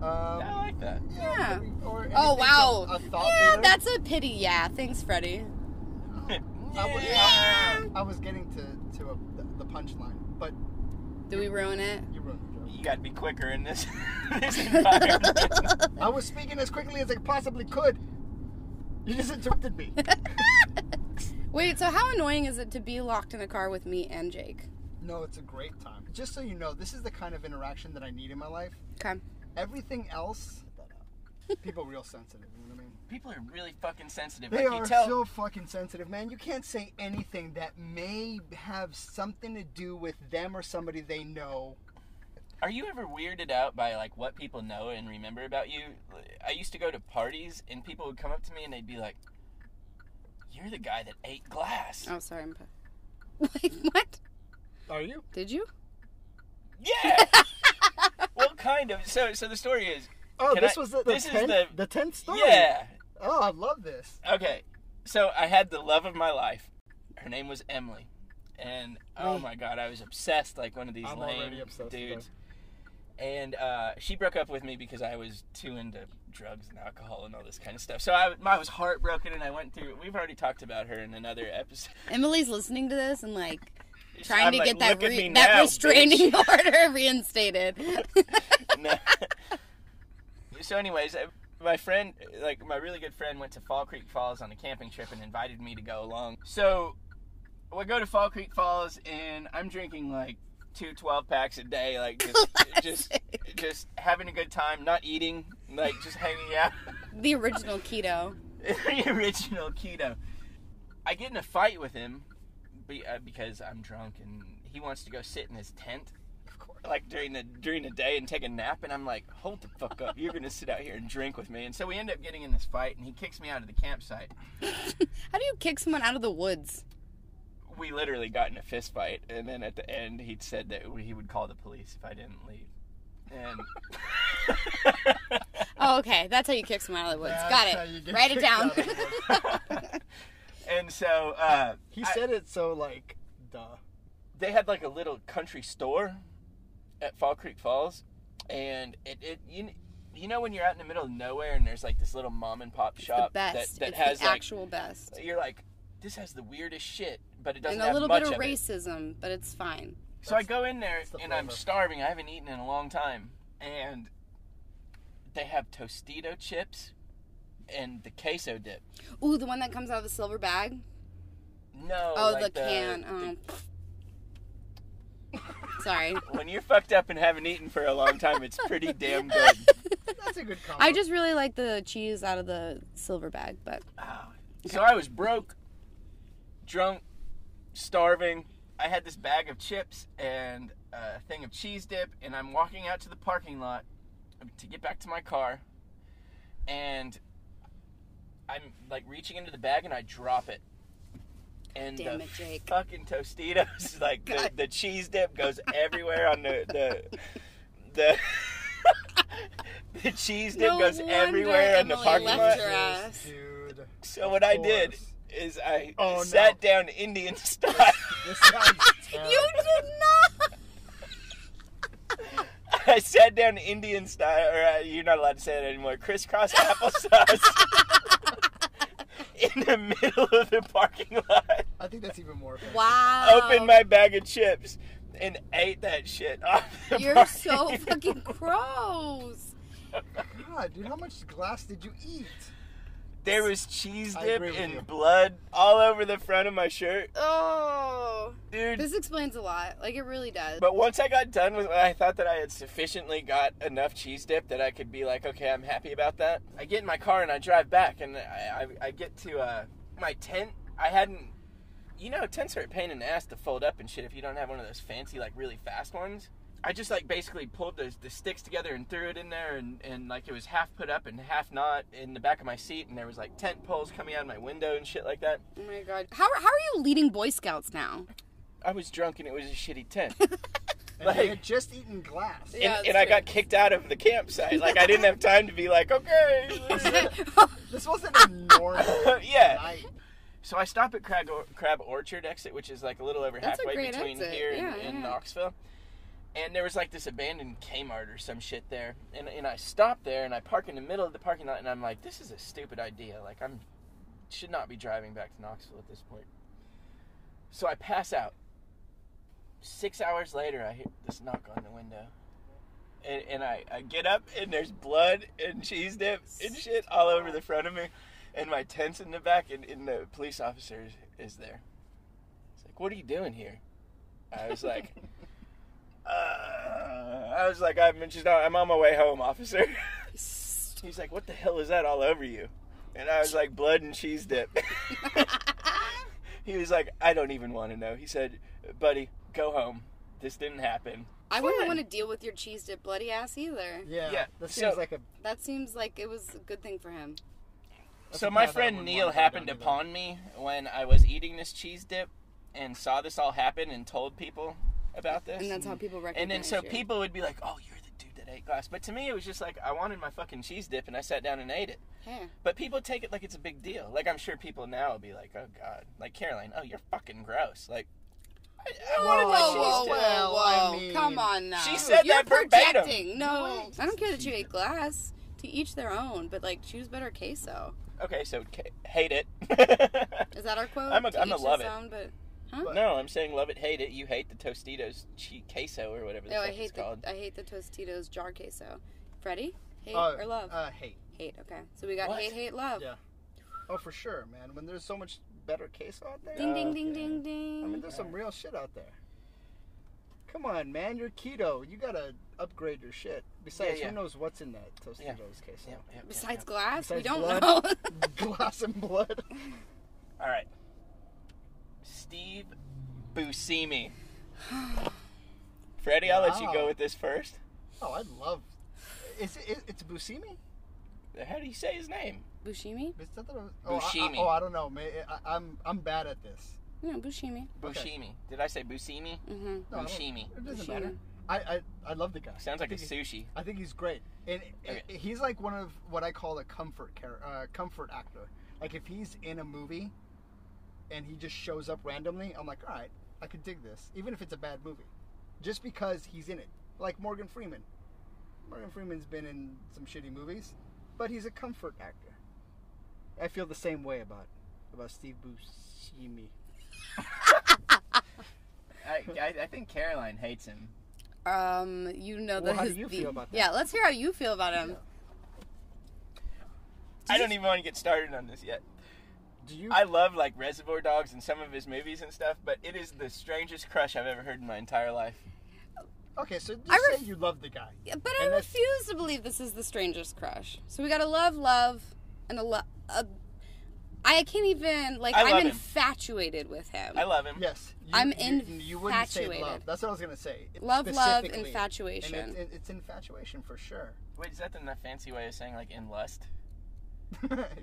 Um, like that. Yeah. maybe- Or anything Oh from wow. A thought yeah, leader. that's a pity. Yeah, thanks, Freddie. I was, Yeah. I, I was getting to to a, the, the punchline, but Do we ruin it? you ruined it. You got to be quicker in this, this environment. I was speaking as quickly as I possibly could. You just interrupted me. Wait, so how annoying is it to be locked in a car with me and Jake? no, it's a great time. Just so you know, this is the kind of interaction that I need in my life. Okay. Everything else, people real sensitive. You know what I mean? People are really fucking sensitive. They like are you tell, so fucking sensitive, man. You can't say anything that may have something to do with them or somebody they know. Are you ever weirded out by like what people know and remember about you? I used to go to parties and people would come up to me and they'd be like, "You're the guy that ate glass." Oh, sorry. I'm. pa- Wait, what? Are you? Did you? Yeah. well, kind of. So, so the story is. Oh, Can this I- was the, the this is tenth, the- the tenth story. Yeah. Oh, I love this. Okay. So I had the love of my life. Her name was Emily, and oh Wait. my god, I was obsessed like one of these I'm lame already obsessed with dudes. And uh, she broke up with me because I was too into drugs and alcohol and all this kind of stuff. So I, I was heartbroken, and I went through. We've already talked about her in another episode. Emily's listening to this and like trying I'm to like, get that "Look at re- me that now, restraining order reinstated. No. so, anyways, I, my friend, like my really good friend, went to Fall Creek Falls on a camping trip and invited me to go along. So, we go to Fall Creek Falls, and I'm drinking like two 12 packs a day, like just just just having a good time, not eating, like just hanging out. the original keto. the original keto. I get in a fight with him be, uh, because I'm drunk, and he wants to go sit in his tent Of course. like during the during the day and take a nap and I'm like, hold the fuck up, you're gonna sit out here and drink with me. And so we end up getting in this fight and he kicks me out of the campsite. How do you kick someone out of the woods? We literally got in a fist fight and then at the end he said that he would call the police if I didn't leave. And Oh, okay. That's how you kick someone out of the woods. That's Got how you it. get Write it kicked down. out of the woods. and so uh, He I- said it so like, duh. they had like a little country store at Fall Creek Falls, and it, it you, kn- you know when you're out in the middle of nowhere and there's like this little mom and pop the shop best. that that it's has the like actual best. you're like, this has the weirdest shit, but it doesn't And a have little much bit of of it. racism, but it's fine. So I go in there that's the and I'm flavor. starving. I haven't eaten in a long time. And they have Tostito chips and the queso dip. Ooh, the one that comes out of the silver bag. No. Oh, like the, can. uh. the- oh. Sorry. when you're fucked up and haven't eaten for a long time, it's pretty damn good. That's a good combo. I just really like the cheese out of the silver bag, but Oh. So I was broke, drunk, starving. I had this bag of chips and a thing of cheese dip, and I'm walking out to the parking lot to get back to my car. And I'm like reaching into the bag and I drop it. And Damn the it, Jake. fucking Tostitos, like the, God. the cheese dip goes everywhere on the the the, the cheese dip No goes wonder everywhere in the Emily parking left lot. your ass. Dude. So what I did course. is I Oh, no. sat down Indian style. This sounds Uh. terrible. you did not. I sat down Indian style, or uh, you're not allowed to say that anymore. Crisscross applesauce in the middle of the parking lot. I think that's even more offensive. Wow. Opened my bag of chips and ate that shit off. The You're parking so lot. fucking gross. God, dude, how much glass did you eat? There was cheese I dip agree with and you. blood all over the front of my shirt, Oh. dude. This explains a lot. Like it really does. But once I got done with, I thought that I had sufficiently got enough cheese dip that I could be like, okay, I'm happy about that. I get in my car and I drive back, and I, I, I get to uh, my tent. I hadn't, you know, tents are a pain in the ass to fold up and shit if you don't have one of those fancy, like really fast ones. I just like basically pulled those the sticks together and threw it in there, and, and like it was half put up and half not in the back of my seat, and there was like tent poles coming out of my window and shit like that. oh my god. How how are you leading Boy Scouts now? I was drunk and it was a shitty tent. And you Like- had just eaten glass. Yeah, and, that's and I true. got kicked out of the campsite. Like I didn't have time to be like, okay, Oh, This wasn't a normal yeah. night. So I stop at Crab, Crab Orchard exit, which is like a little over That's a halfway great between exit. here and, Yeah, and yeah. Knoxville. And there was like this abandoned Kmart or some shit there, and and I stop there and I park in the middle of the parking lot, and I'm like, this is a stupid idea. Like I'm should not be driving back to Knoxville at this point. So I pass out. Six hours later, I hear this knock on the window. And, and I, I get up, and there's blood and cheese dip and shit all over the front of me. And my tent's in the back, and, and the police officer is, is there. He's like, What are you doing here? I was like, uh, I was like, I'm just, I'm on my way home, officer. He's like, What the hell is that all over you? And I was like, Blood and cheese dip. he was like, I don't even want to know. He said, Buddy, go home. This didn't happen. I wouldn't Fine. want to deal with your cheese dip bloody ass either. Yeah, Yeah, that so- seems like a. That seems like it was a good thing for him. So a my path I friend wouldn't Neil want to go happened down either. upon me when I was eating this cheese dip and saw this all happen and told people about this. And that's how people recognize And then so you. people would be like, "Oh, you're the dude that ate glass." But to me, it was just like I wanted my fucking cheese dip, and I sat down and ate it. Yeah. But people take it like it's a big deal. Like I'm sure people now will be like, "Oh God," like Caroline, "Oh, you're fucking gross." Like I, I Oh, wanted my Whoa, cheese whoa, dip. whoa, I mean- Come on now. She said You're that verbatim. projecting. No, Wait. I don't care that you ate glass. To each their own, but like choose better queso. Okay, so ca- hate it. Is that our quote? I'm a- To I'm a each love his it. own, but no, I'm saying love it, hate it. You hate the Tostitos che- queso or whatever the no, fuck I it's hate the called. I hate the Tostitos jar queso. Freddy, hate Uh, or love? Uh, hate. hate. Okay, so we got What? hate, hate, love. Yeah. Oh, for sure, man. When there's so much better queso out there. Ding, ding, Okay. ding, ding, I mean, ding. there's some real shit out there. Come on, man. You're keto. You gotta upgrade your shit. Besides, yeah. who knows what's in that Tostitos Yeah. queso? Yeah, yeah, yeah, Besides glass, we Besides don't blood. know. Glass and blood. All right. Steve Buscemi. Freddie, I'll let you go Wow. with this first. Oh, I love. Is it? It's Buscemi. How do you say his name? Bushimi? Is that the? Oh, Buscemi. I, I, oh, I don't know. May- I, I'm I'm bad at this. No, Bushimi. Buscemi. Okay. Did I say Buscemi? Mm-hmm. No, I don't- Buscemi. It doesn't Buscemi. matter. I, I I love the guy. Sounds like I a think he- sushi. I think he's great, and and Okay. he's like one of what I call a comfort char- uh, comfort actor. Like if he's in a movie, and he just shows up randomly, I'm like, all right, I could dig this, even if it's a bad movie, just because he's in it. Like Morgan Freeman. Morgan Freeman's been in some shitty movies, but he's a comfort actor. I feel the same way about about Steve Buscemi. I, I, I think Caroline hates him. Um, you know Well, that how do his- you the, feel about that? Yeah, let's hear how you feel about him. I don't even want to get started on this yet. Do you? I love like Reservoir Dogs and some of his movies and stuff, but it is the strangest crush I've ever heard in my entire life. okay, so just I ref- say you love the guy. Yeah, But And I that's- refuse to believe this is the strangest crush. So we got to love, love, and a love. I can't even like. I love I'm him. infatuated with him. I love him. Yes. You, I'm you, you wouldn't say love. infatuated. That's what I was gonna say. It- Love, love, specifically. And infatuation. it, it, it's infatuation for sure. Wait, is that the n- fancy way of saying like in lust?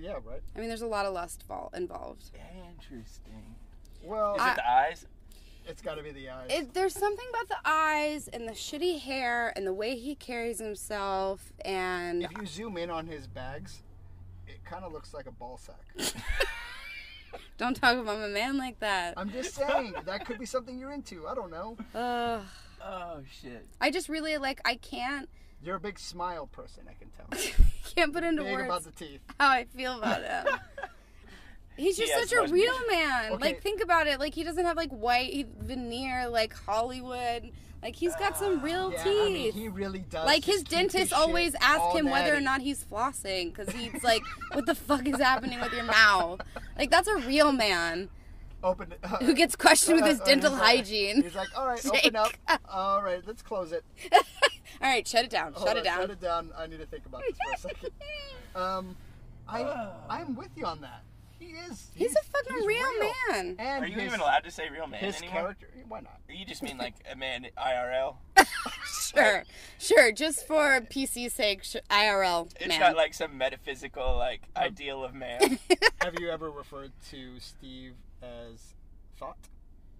yeah, right. I mean, there's a lot of lust vol- involved. Interesting. Well, Is I- it the eyes? it's got to be the eyes. It, there's something about the eyes and the shitty hair and the way he carries himself and if you zoom in on his bags, it kind of looks like a ball sack. don't talk about a man like that. I'm just saying that could be something you're into. I don't know. Ugh. Oh shit. I just really like I can't You're a big smile person. I can tell. can't put into Big words about the teeth. how I feel about him. He's just He has such a one. real man. Okay. Like think about it. Like he doesn't have like white veneer like Hollywood. Like he's got some real Yeah, teeth. I mean, he really does. like his just keep his dentist shit always asks all him whether or natty. not he's flossing because he's like, "What the fuck is happening with your mouth?" Like that's a real man open who gets questioned with his Uh, uh, dental he's like- hygiene. He's like, all right, Jake. open up. All right, let's close it. All right, shut it down. Hold Shut it on, down. Shut it down. I need to think about this for a second. Um, I I'm with you on that. He is. He's a fucking he's real, real. man. And Are you his, even allowed to say real man His anymore? character. Why not? Or you just mean like a man IRL? Sure, sure. Just for PC's sake, sh- IRL It's man. not like some metaphysical like ideal of man. Have you ever referred to Steve as thought?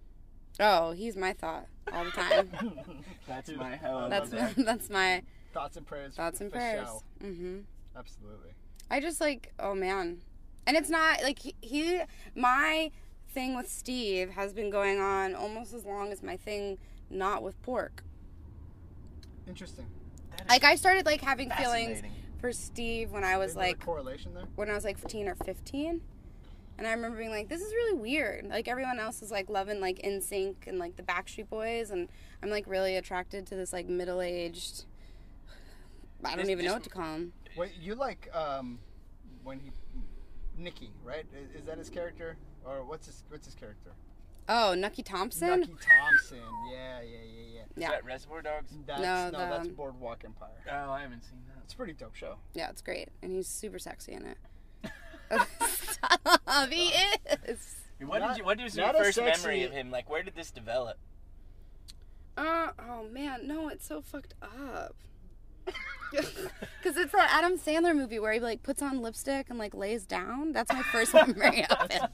oh, he's my thought all the time. That's my hell. that's my, that's my Thoughts and prayers. thoughts and for prayers. Shao. Mm-hmm. Absolutely. I just like, oh man. And it's not like he, he, my thing with Steve has been going on almost as long as my thing not with pork. Interesting. Like I started like having feelings Fascinating. for Steve when I was Is there a like correlation there. when I was like 14 or 15. And I remember being like, this is really weird. Like everyone else is like loving like NSYNC and like the Backstreet Boys and I'm like really attracted to this like middle-aged I don't This- even know this- what to call him. Wait, you like um, when he, Nicky, right? Is, is that his character, or what's his what's his character? Oh, Nucky Thompson? Nucky Thompson. Yeah, yeah, yeah, yeah. Is Yeah. that Reservoir Dogs? That's, No, no, that's the- Boardwalk Empire. Oh, I haven't seen that. It's a pretty dope show. Yeah, it's great, and he's super sexy in it. Stop! He is. What Not- did you? What was your not as first memory sexy- of him? Like, where did this develop? Uh, oh man, no, it's so fucked up. Cause it's that Adam Sandler movie where he like puts on lipstick and like lays down. That's my first memory of him.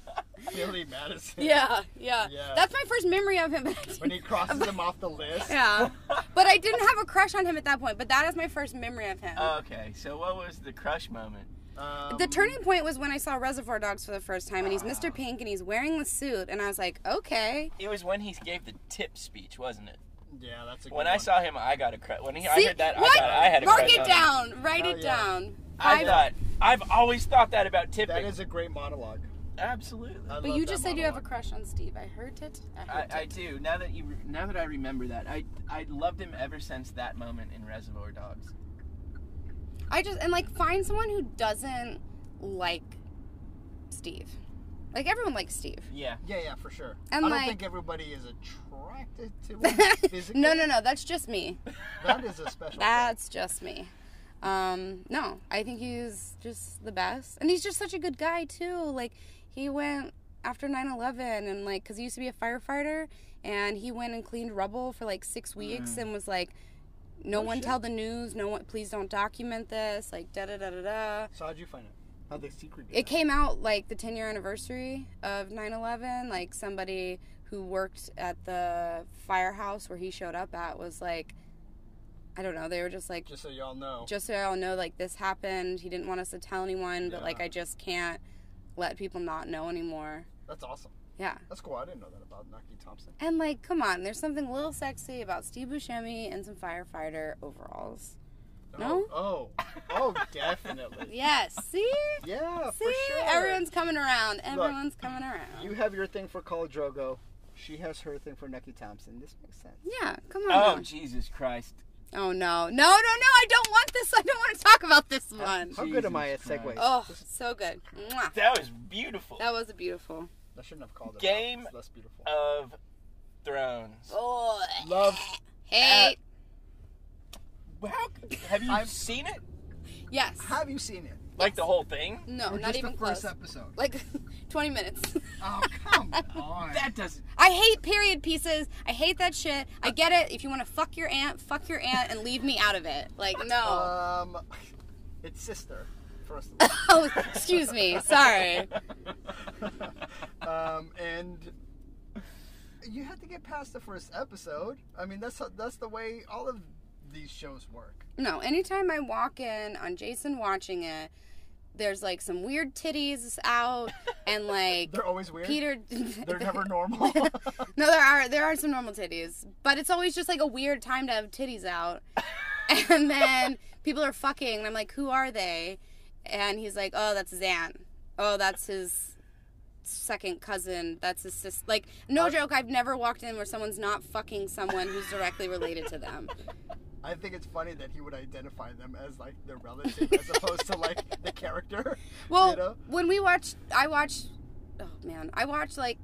Billy Madison. Yeah, yeah, Yeah. That's my first memory of him. When he crosses them off the list. yeah, but I didn't have a crush on him at that point. But that is my first memory of him. Okay, so what was the crush moment? Um, the turning point was when I saw Reservoir Dogs for the first time, and he's Mr. Pink, and he's wearing the suit, and I was like, okay. It was when he gave the tip speech, wasn't it? yeah, that's a good When one. I saw him, I got a crush. When he, I See? heard that, What? I got, I had a Mark crush it on him. down. Write Hell it yeah. down. I Five- thought I've always thought that about tipping. that is a great monologue. Absolutely. I But love you that just said you have a monologue. crush on Steve. I heard it. I I, heard I it. do. Now that you, re- now that I remember that, I I loved him ever since that moment in Reservoir Dogs. I just and like find someone who doesn't like Steve. Like everyone likes Steve. Yeah. Yeah, yeah, for sure. And I don't like- think everybody is attracted to him physically. no, no, no. That's just me. That is a special. That's just me. Um, no, I think he's just the best. And he's just such a good guy, too. Like, he went after 9 11 and, like, because he used to be a firefighter and he went and cleaned rubble for like six weeks and was like, no one tell the news, no one, please don't document this, like, da da da da da. thing. So how'd you find it? How'd they secret It came out like the 10 year anniversary of 9 11. Like, somebody who worked at the firehouse where he showed up at was like, I don't know, they were just like, Just so y'all know. just so y'all know, like this happened. He didn't want us to tell anyone, but like Yeah. I just can't let people not know anymore. That's awesome. Yeah. That's cool. I didn't know that about Nucky Thompson. And like, come on, there's something a little sexy about Steve Buscemi and some firefighter overalls. No? Oh, oh, oh, definitely. Yes. See? Yeah, See? for sure. Everyone's coming around. Everyone's coming around. You have your thing for Khal Drogo. She has her thing for Nucky Thompson. This makes sense. Yeah, come on. Oh Um. now. Jesus Christ! Oh no, no, no, no! I don't want this. I don't want to talk about this one. How good am Jesus I at segues? Christ. Oh, so good. Mwah. That was beautiful. That was beautiful. I shouldn't have called it. Game- That. It's less beautiful. of Thrones. Oh, Love. hate. How, have you I'm- seen it? yes. Have you seen it? Like the whole thing? No, Or not just even the close. first episode. Like 20 minutes. Oh come on. That doesn't. I hate period pieces. I hate that shit. I get it. If you want to fuck your aunt, fuck your aunt and leave me out of it. Like, no. Um, it's sister. First of oh, excuse me. Sorry. all, um, and you have to get past the first episode. I mean, that's that's the way all of these shows work. No, anytime I walk in on Jason watching it, there's like some weird titties out and like They're always weird. Peter. They're never normal. No, there are there are some normal titties, but it's always just like a weird time to have titties out. and then people are fucking, and I'm like, who are they? And he's like, oh, that's Zan. Oh, that's his second cousin. That's his sister. Like, no joke, I've never walked in where someone's not fucking someone who's directly related to them. I think it's funny that he would identify them as like their relative as opposed to like the character. Well, you know? when we watched, I watched. Oh man, I watched like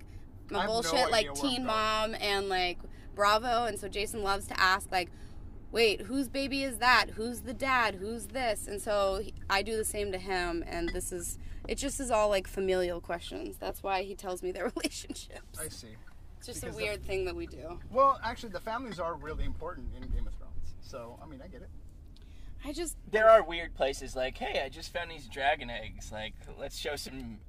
I my have no bullshit, idea like where I'm Teen going. Mom and like Bravo, and so Jason loves to ask like, "Wait, whose baby is that? Who's the dad? Who's this?" And so he- I do the same to him, and this is it. Just is all like familial questions. That's why he tells me their relationships. I see. It's just a because the- weird thing that we do. Well, actually, the families are really important in Game of Thrones. So I mean, I get it. I just There are weird places like, hey, I just found these dragon eggs. Like, let's show some.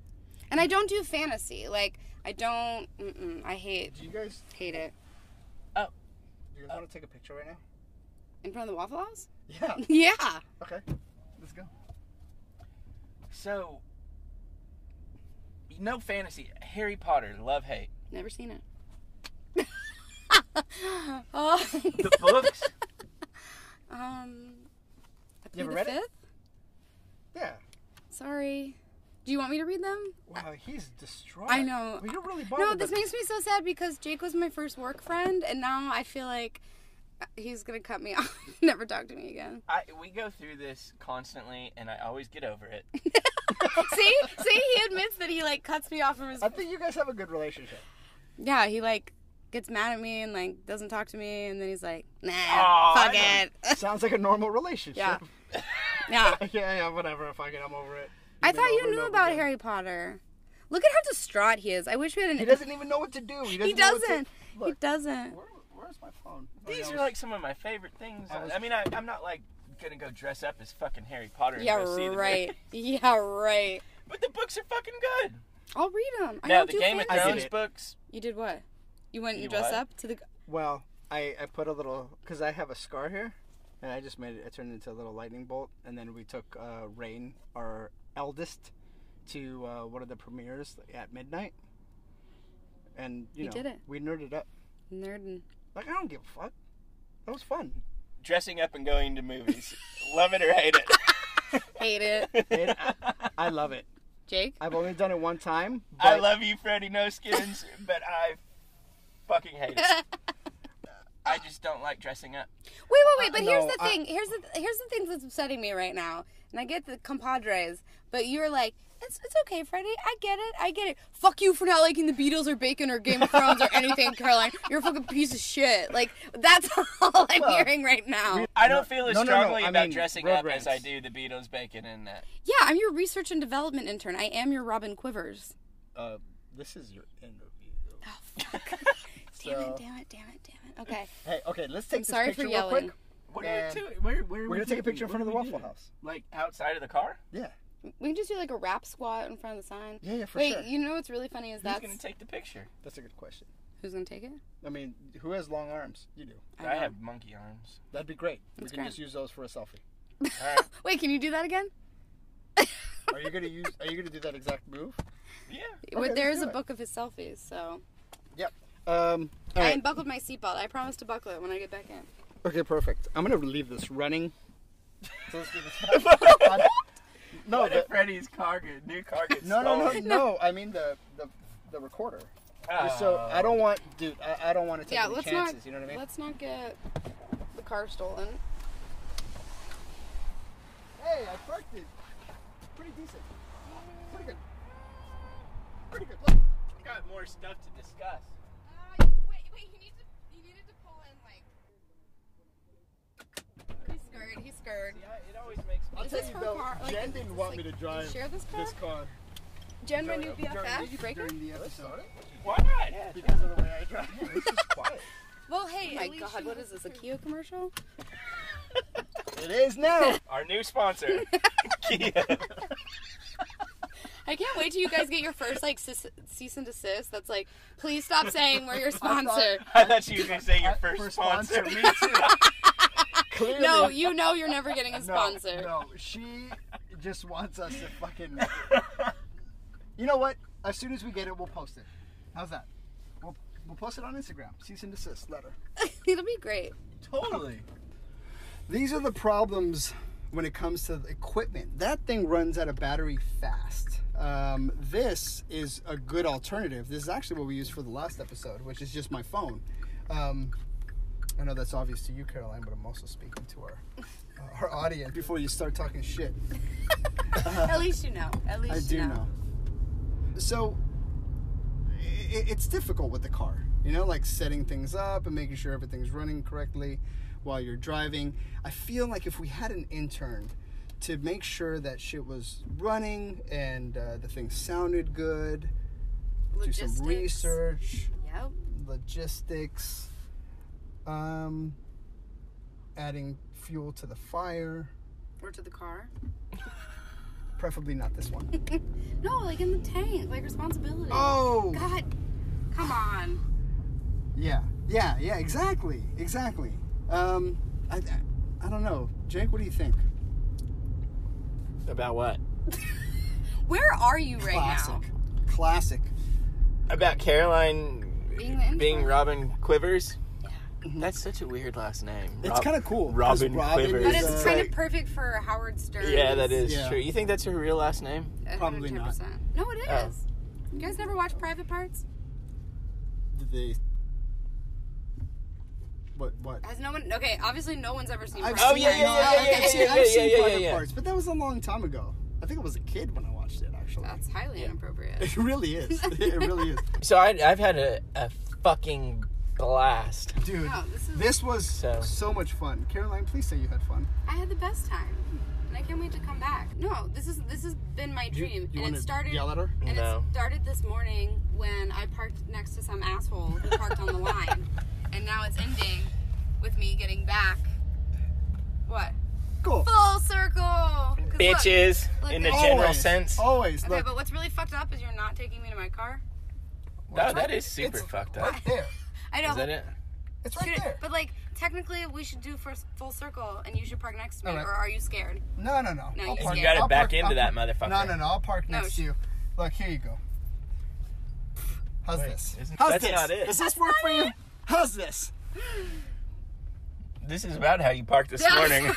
and I don't do fantasy. Like I don't. Mm-mm, I hate Do you guys hate it do you guys want to take a picture right now? in front of the Waffle House. Yeah. Yeah. Okay. Let's go. So, no fantasy. Harry Potter, love hate. Never seen it. oh, The books. um, I You ever played the read it? fifth. Yeah. Sorry. Do you want me to read them? Wow, he's destroyed. I know. Well, you're really bothered. No, this makes me so sad because Jake was my first work friend, and now I feel like he's gonna cut me off, never talk to me again. I, we go through this constantly, and I always get over it. see, see, he admits that he like cuts me off from his. I think you guys have a good relationship. Yeah, he like gets mad at me and like doesn't talk to me, and then he's like, Nah, Aw, fuck I it. Sounds like a normal relationship. Yeah. yeah. yeah, yeah, whatever. Fuck it, I'm over it. I You've been thought over you and knew over about again. Harry Potter. Look at how distraught he is. I wish we had an. He doesn't even know what to do. He doesn't. He know what to- doesn't. He Look. doesn't. Where, where's my phone? Oh, yeah, These I are was- like some of my favorite things. I was- I mean, I, I'm not like gonna go dress up as fucking Harry Potter. And Yeah, go see the right. movie. Yeah, right. but the books are fucking good. I'll read them. I now don't the do Game of I did fantasy. Thrones it. books. You did what? You went You and dressed what? up to the. Well, I, I put a little because I have a scar here, and I just made it. I turned it into a little lightning bolt, and then we took uh, Rain, our eldest, to uh, one of the premieres at midnight. And you You know, did it. we nerded up. Nerdin. Like I don't give a fuck. That was fun. Dressing up and going to movies. Love it or hate it. Hate it. It, I love it. Jake? I've only done it one time. But I love you, Freddie No Skins, but I fucking hate it. I just don't like dressing up. Wait, wait, wait. But here's no, the I- thing. Here's the here's the thing that's upsetting me right now. And I get the compadres, but you're like, it's, it's okay, Freddie. I get it. I get it. Fuck you for not liking the Beatles or Bacon or Game of Thrones or anything, Caroline. You're a fucking piece of shit. Like that's all I'm hearing right now. I don't feel as no, no, no, strongly I about mean, dressing road up rants. as I do the Beatles, Bacon, and that. Yeah, I'm your research and development intern. I am your Robin Quivers. Uh, this is your interview. Oh fuck! damn it! Damn it! Damn it! Damn it! Okay. Hey, okay, let's take this sorry picture for real yelling. quick. What Yeah. are we doing? Where, where are We're we gonna take a doing? picture in What front of the are we Waffle doing? House. Like outside of the car? Yeah. We can just do like a rap squat in front of the sign. Yeah, yeah, for Wait, sure. you know what's really funny is that's Who's gonna take the picture? That's a good question. who's gonna take it? I mean, who has long arms? You do. I, know. have monkey arms. That'd be great. we That's can great. just use those for a selfie. All right. Wait, can you do that again? Are you gonna use? Are you gonna do that exact move? Yeah. Well, let's there is do a it. book of his selfies, so Yep. Um. All I right. unbuckled my seatbelt. I promised to buckle it when I get back in. Okay. Perfect. I'm gonna leave this running. So let's do this. I- no, What if but, Freddie's car, get- new car gets no, no, no, stolen? Ah. no. I mean the the the recorder. so I don't want, dude. I, I don't want to take yeah, any let's chances. not. you know what I mean? Let's not get the car stolen. Hey, I parked it. Pretty decent. Pretty good. Pretty good. Look. We got more stuff to discuss. Uh, wait, wait. You need to. You needed to pull in like. He's scared. He's scared. Yeah, it always makes me. I'll Is tell this you her though, car? Like, Jen is didn't this, want like, me to do you drive share this This car. Jen, my new During- BFF, breaker. During the episode. Why not? Yeah, Because of the way I drive. it's just quiet. Well, Oh hey, my at least God, she what was is this, a approved. Kia commercial? it is now. Our new sponsor, Kia. I can't wait till you guys get your first like sis- cease and desist. That's like, please stop saying we're your sponsor. I thought you were gonna say your first For sponsor. Me too. Clearly. No, you know you're never getting a sponsor. No, no, she just wants us to fucking. You know what? As soon as we get it, we'll post it. How's that? We'll, we'll post it on Instagram. Cease and desist letter. It'll be great. Totally. These are the problems when it comes to the equipment. That thing runs out of battery fast. Um, this is a good alternative. This is actually what we used for the last episode, which is just my phone. Um, I know that's obvious to you, Caroline, but I'm also speaking to our uh, our audience before you start talking shit. At least you know. At least I you do know. So it, it's difficult with the car, you know, like setting things up and making sure everything's running correctly while you're driving. I feel like if we had an intern to make sure that shit was running and uh, the thing sounded good, do some Logistics. research, Yep. logistics, um, adding fuel to the fire. Or to the car. Preferably not this one. No, like in the tank, like responsibility. Oh! God, come on. Yeah, yeah, yeah. Exactly, exactly. Um, I, I, I don't know, Jake. What do you think? About what? Where are you right Classic, classic. About Caroline Being the being intern. Robin Quivers. That's such a weird last name. Mm-hmm. It's kind of cool. 'cause Robin Quivers. now? But is, it's uh, kind of perfect for Howard Stern. Yeah, that is Yeah. true. You think that's her real last name? Probably not. No, it Oh. is. You guys never watch Private Parts? Did they? What? What? Has no one? Okay, obviously no one's ever seen. I've Private Oh, seen- yeah, yeah, no, yeah, I've- yeah, I've seen- yeah, I've yeah, seen yeah, yeah, Private yeah. Parts, but that was a long time ago. I think I was a kid when I watched it. Actually, That's highly inappropriate. it really is. It really is, So I, I've had a, a fucking blast. dude. No, this is. This was So- so. much fun. Caroline, please say you had fun. I had the best time, and I can't wait to come back. No, this is this has been my You- dream, you and wanna it started. Yell at her. And No. it started this morning when I parked next to some asshole who parked on the line, and now it's ending with me getting back. What? Cool. Full circle. 'Cause look- Bitches, look, in the look. general Always, sense. Always. Okay, look, but what's really fucked up is you're not taking me to my car. No, that is super it's- fucked up. right there. I know. Is that it? It's right Shoot it. there. But like technically, we should do first full circle, and you should park next to me. All right. Or are you scared? No, no, no. No, I'll you park- scared. You gotta I'll back park- into I'll that park- motherfucker. No, no, no. I'll park No, next sh- to you. Look, here you go. How's Wait, this? isn't- How's that's this? not it. Does this work for you? How's this? This is about how you parked this Yeah. morning.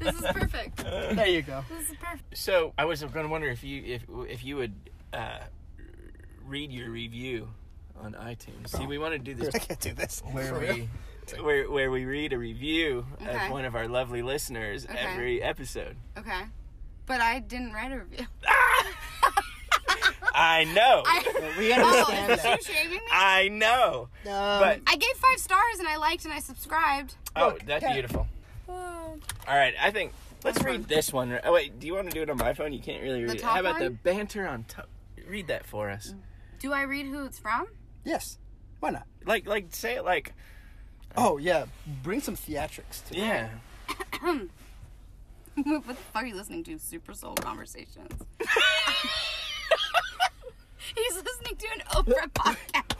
This is perfect. There you go. this is perfect. so I was gonna wonder if you if if you would uh, read your review on iTunes. See, we want to do this I can't do this. where For real. Um, we where, where we read a review Okay. of one of our lovely listeners Okay. every episode. Okay, but I didn't write a review. Ah! I know. I, But we understand Are you that. oh, shaming me? know. Um, But I gave five stars and I liked and I subscribed. oh, look, that's yeah. beautiful. All right, I think let's My read phone. this one. Oh wait, do you want to do it on my phone? You can't really read it. top How about the one? banter on top? Read that for us. Do I read who it's from? yes. Why not? Like like say it like Oh yeah. Bring some theatrics to it. yeah. what the fuck are you listening to? Super Soul Conversations. He's listening to an Oprah podcast.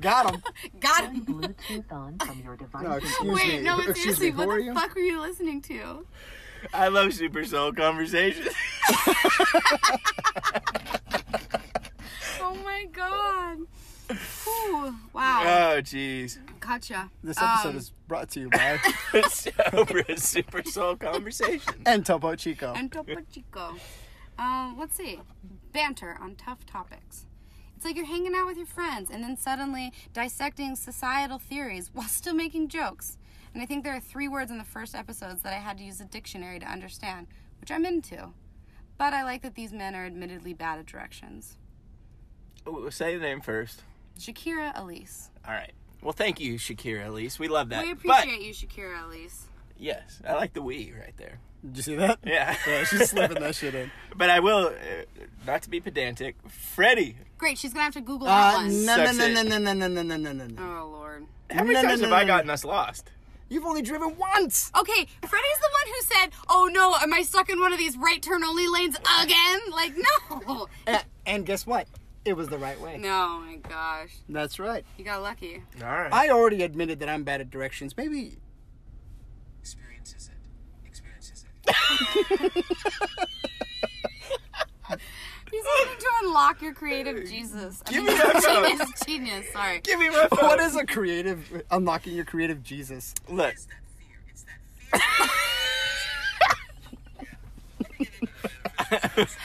Got him. Got him. Bluetooth on from your device. No, excuse Wait, me. no, but excuse seriously, me. what Who are the you? fuck were you listening to? I love super soul conversations. Oh my god. Ooh, wow. oh jeez. Gotcha. Uh, This episode Um, is brought to you by It's over at super soul conversations. and Topo Chico. And Topo Chico. Um, let's see. Banter on tough topics. It's like you're hanging out with your friends and then suddenly dissecting societal theories while still making jokes. And I think there are three words in the first episodes that I had to use a dictionary to understand, which I'm into. But I like that these men are admittedly bad at directions. Ooh, say the name first. Shakira Elise. All right. Well, thank you, Shakira Elise. We Uh, love that. We But- appreciate you, Shakira Elise. yes, I like the we right there. Did you see that? Yeah. Yeah, she's slipping that shit in. But I will, uh, not to be pedantic, Freddie. Great, she's gonna have to Google that Uh, one. no, no, Sucks no, it. no, no, no, no, no, no, no, no. Oh lord. How many No, no, times no, have no, I no. gotten us lost? You've only driven once. Okay, Freddie's the one who said, "Oh no, am I stuck in one of these right turn only lanes again?" Like, no, A- And guess what? It was the right way. no, oh my gosh, That's right. you got lucky. All right. I already admitted that I'm bad at directions. Maybe Experiences it. Experiences it. He's looking to unlock your creative Jesus. I Give mean, me that phone. genius, genius. Sorry. Give me my phone. what is a creative unlocking your creative Jesus? Look, It's that fear. It's that fear.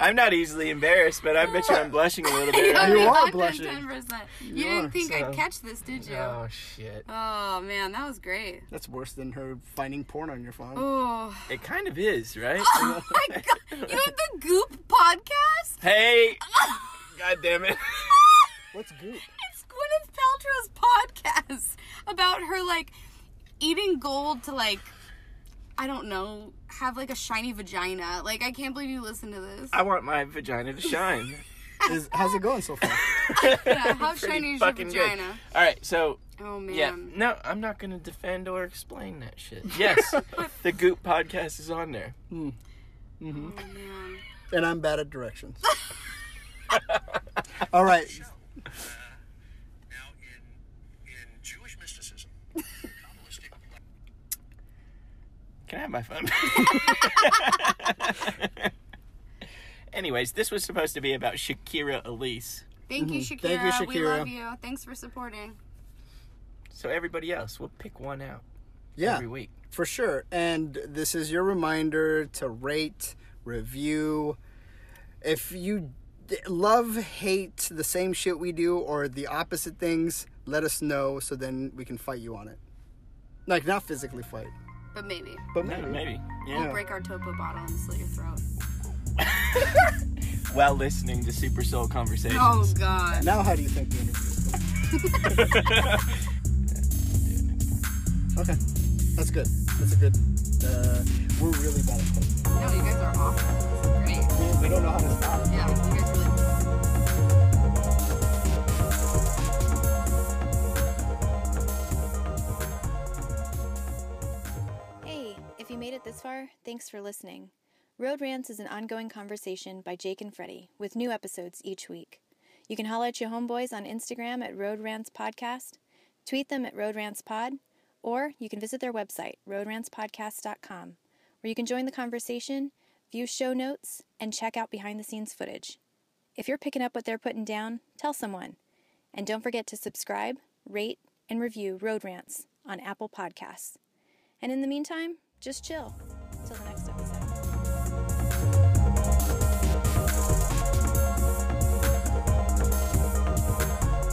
I'm not easily embarrassed, but I bet you I'm blushing a little bit. You Okay, are hundred and blushing. ten percent. You, You didn't are, think so- I'd catch this, did you? Oh shit! Oh man, that was great. That's worse than her finding porn on your phone. Oh, It kind of is, right? oh my god, you have the Goop podcast? hey, god damn it! What's goop? It's Gwyneth Paltrow's podcast about her like eating gold to like I don't know have like a shiny vagina. Like I can't believe you listen to this. I want my vagina to shine. Is, how's it going so far? Yeah, how Pretty shiny is your fucking good. vagina? All right, so Oh man. yeah, no, I'm not gonna defend or explain that shit. Yes, the Goop podcast is on there. Oh, man. and I'm bad at directions. All right. now in in Jewish mysticism, Kabbalistic Can I have my phone? Anyways, this was supposed to be about Shakira Elise. Thank Mm-hmm. you, Shakira. Thank you, We love Shakira. you. Thanks for supporting. So everybody else, we'll pick one out Yeah, every week. for sure. And this is your reminder to rate, review. If you d- love, hate the same shit we do or the opposite things, let us know so then we can fight you on it. Like, not physically fight, But maybe. but Yeah, maybe. maybe. We'll Yeah. break our topo bottle and slit your throat. While listening to Super Soul Conversations. Oh god. Now, how do you think the interview's going? Okay, that's good. That's a good. Uh, we're really bad at closing. No, you guys are awful. This is Great. We- We don't know how to stop. Yeah, you guys really Hey, if you made it this far, thanks for listening. Road Rants is an ongoing conversation by Jake and Freddie, with new episodes each week. You can holler at your homeboys on Instagram at Road Rants Podcast, tweet them at Road Rants Pod, or you can visit their website, roadrantspodcast.com, where you can join the conversation, view show notes, and check out behind the scenes footage. If you're picking up what they're putting down, tell someone. And don't forget to subscribe, rate, and review Road Rants on Apple Podcasts. And in the meantime, just chill. Till the next episode.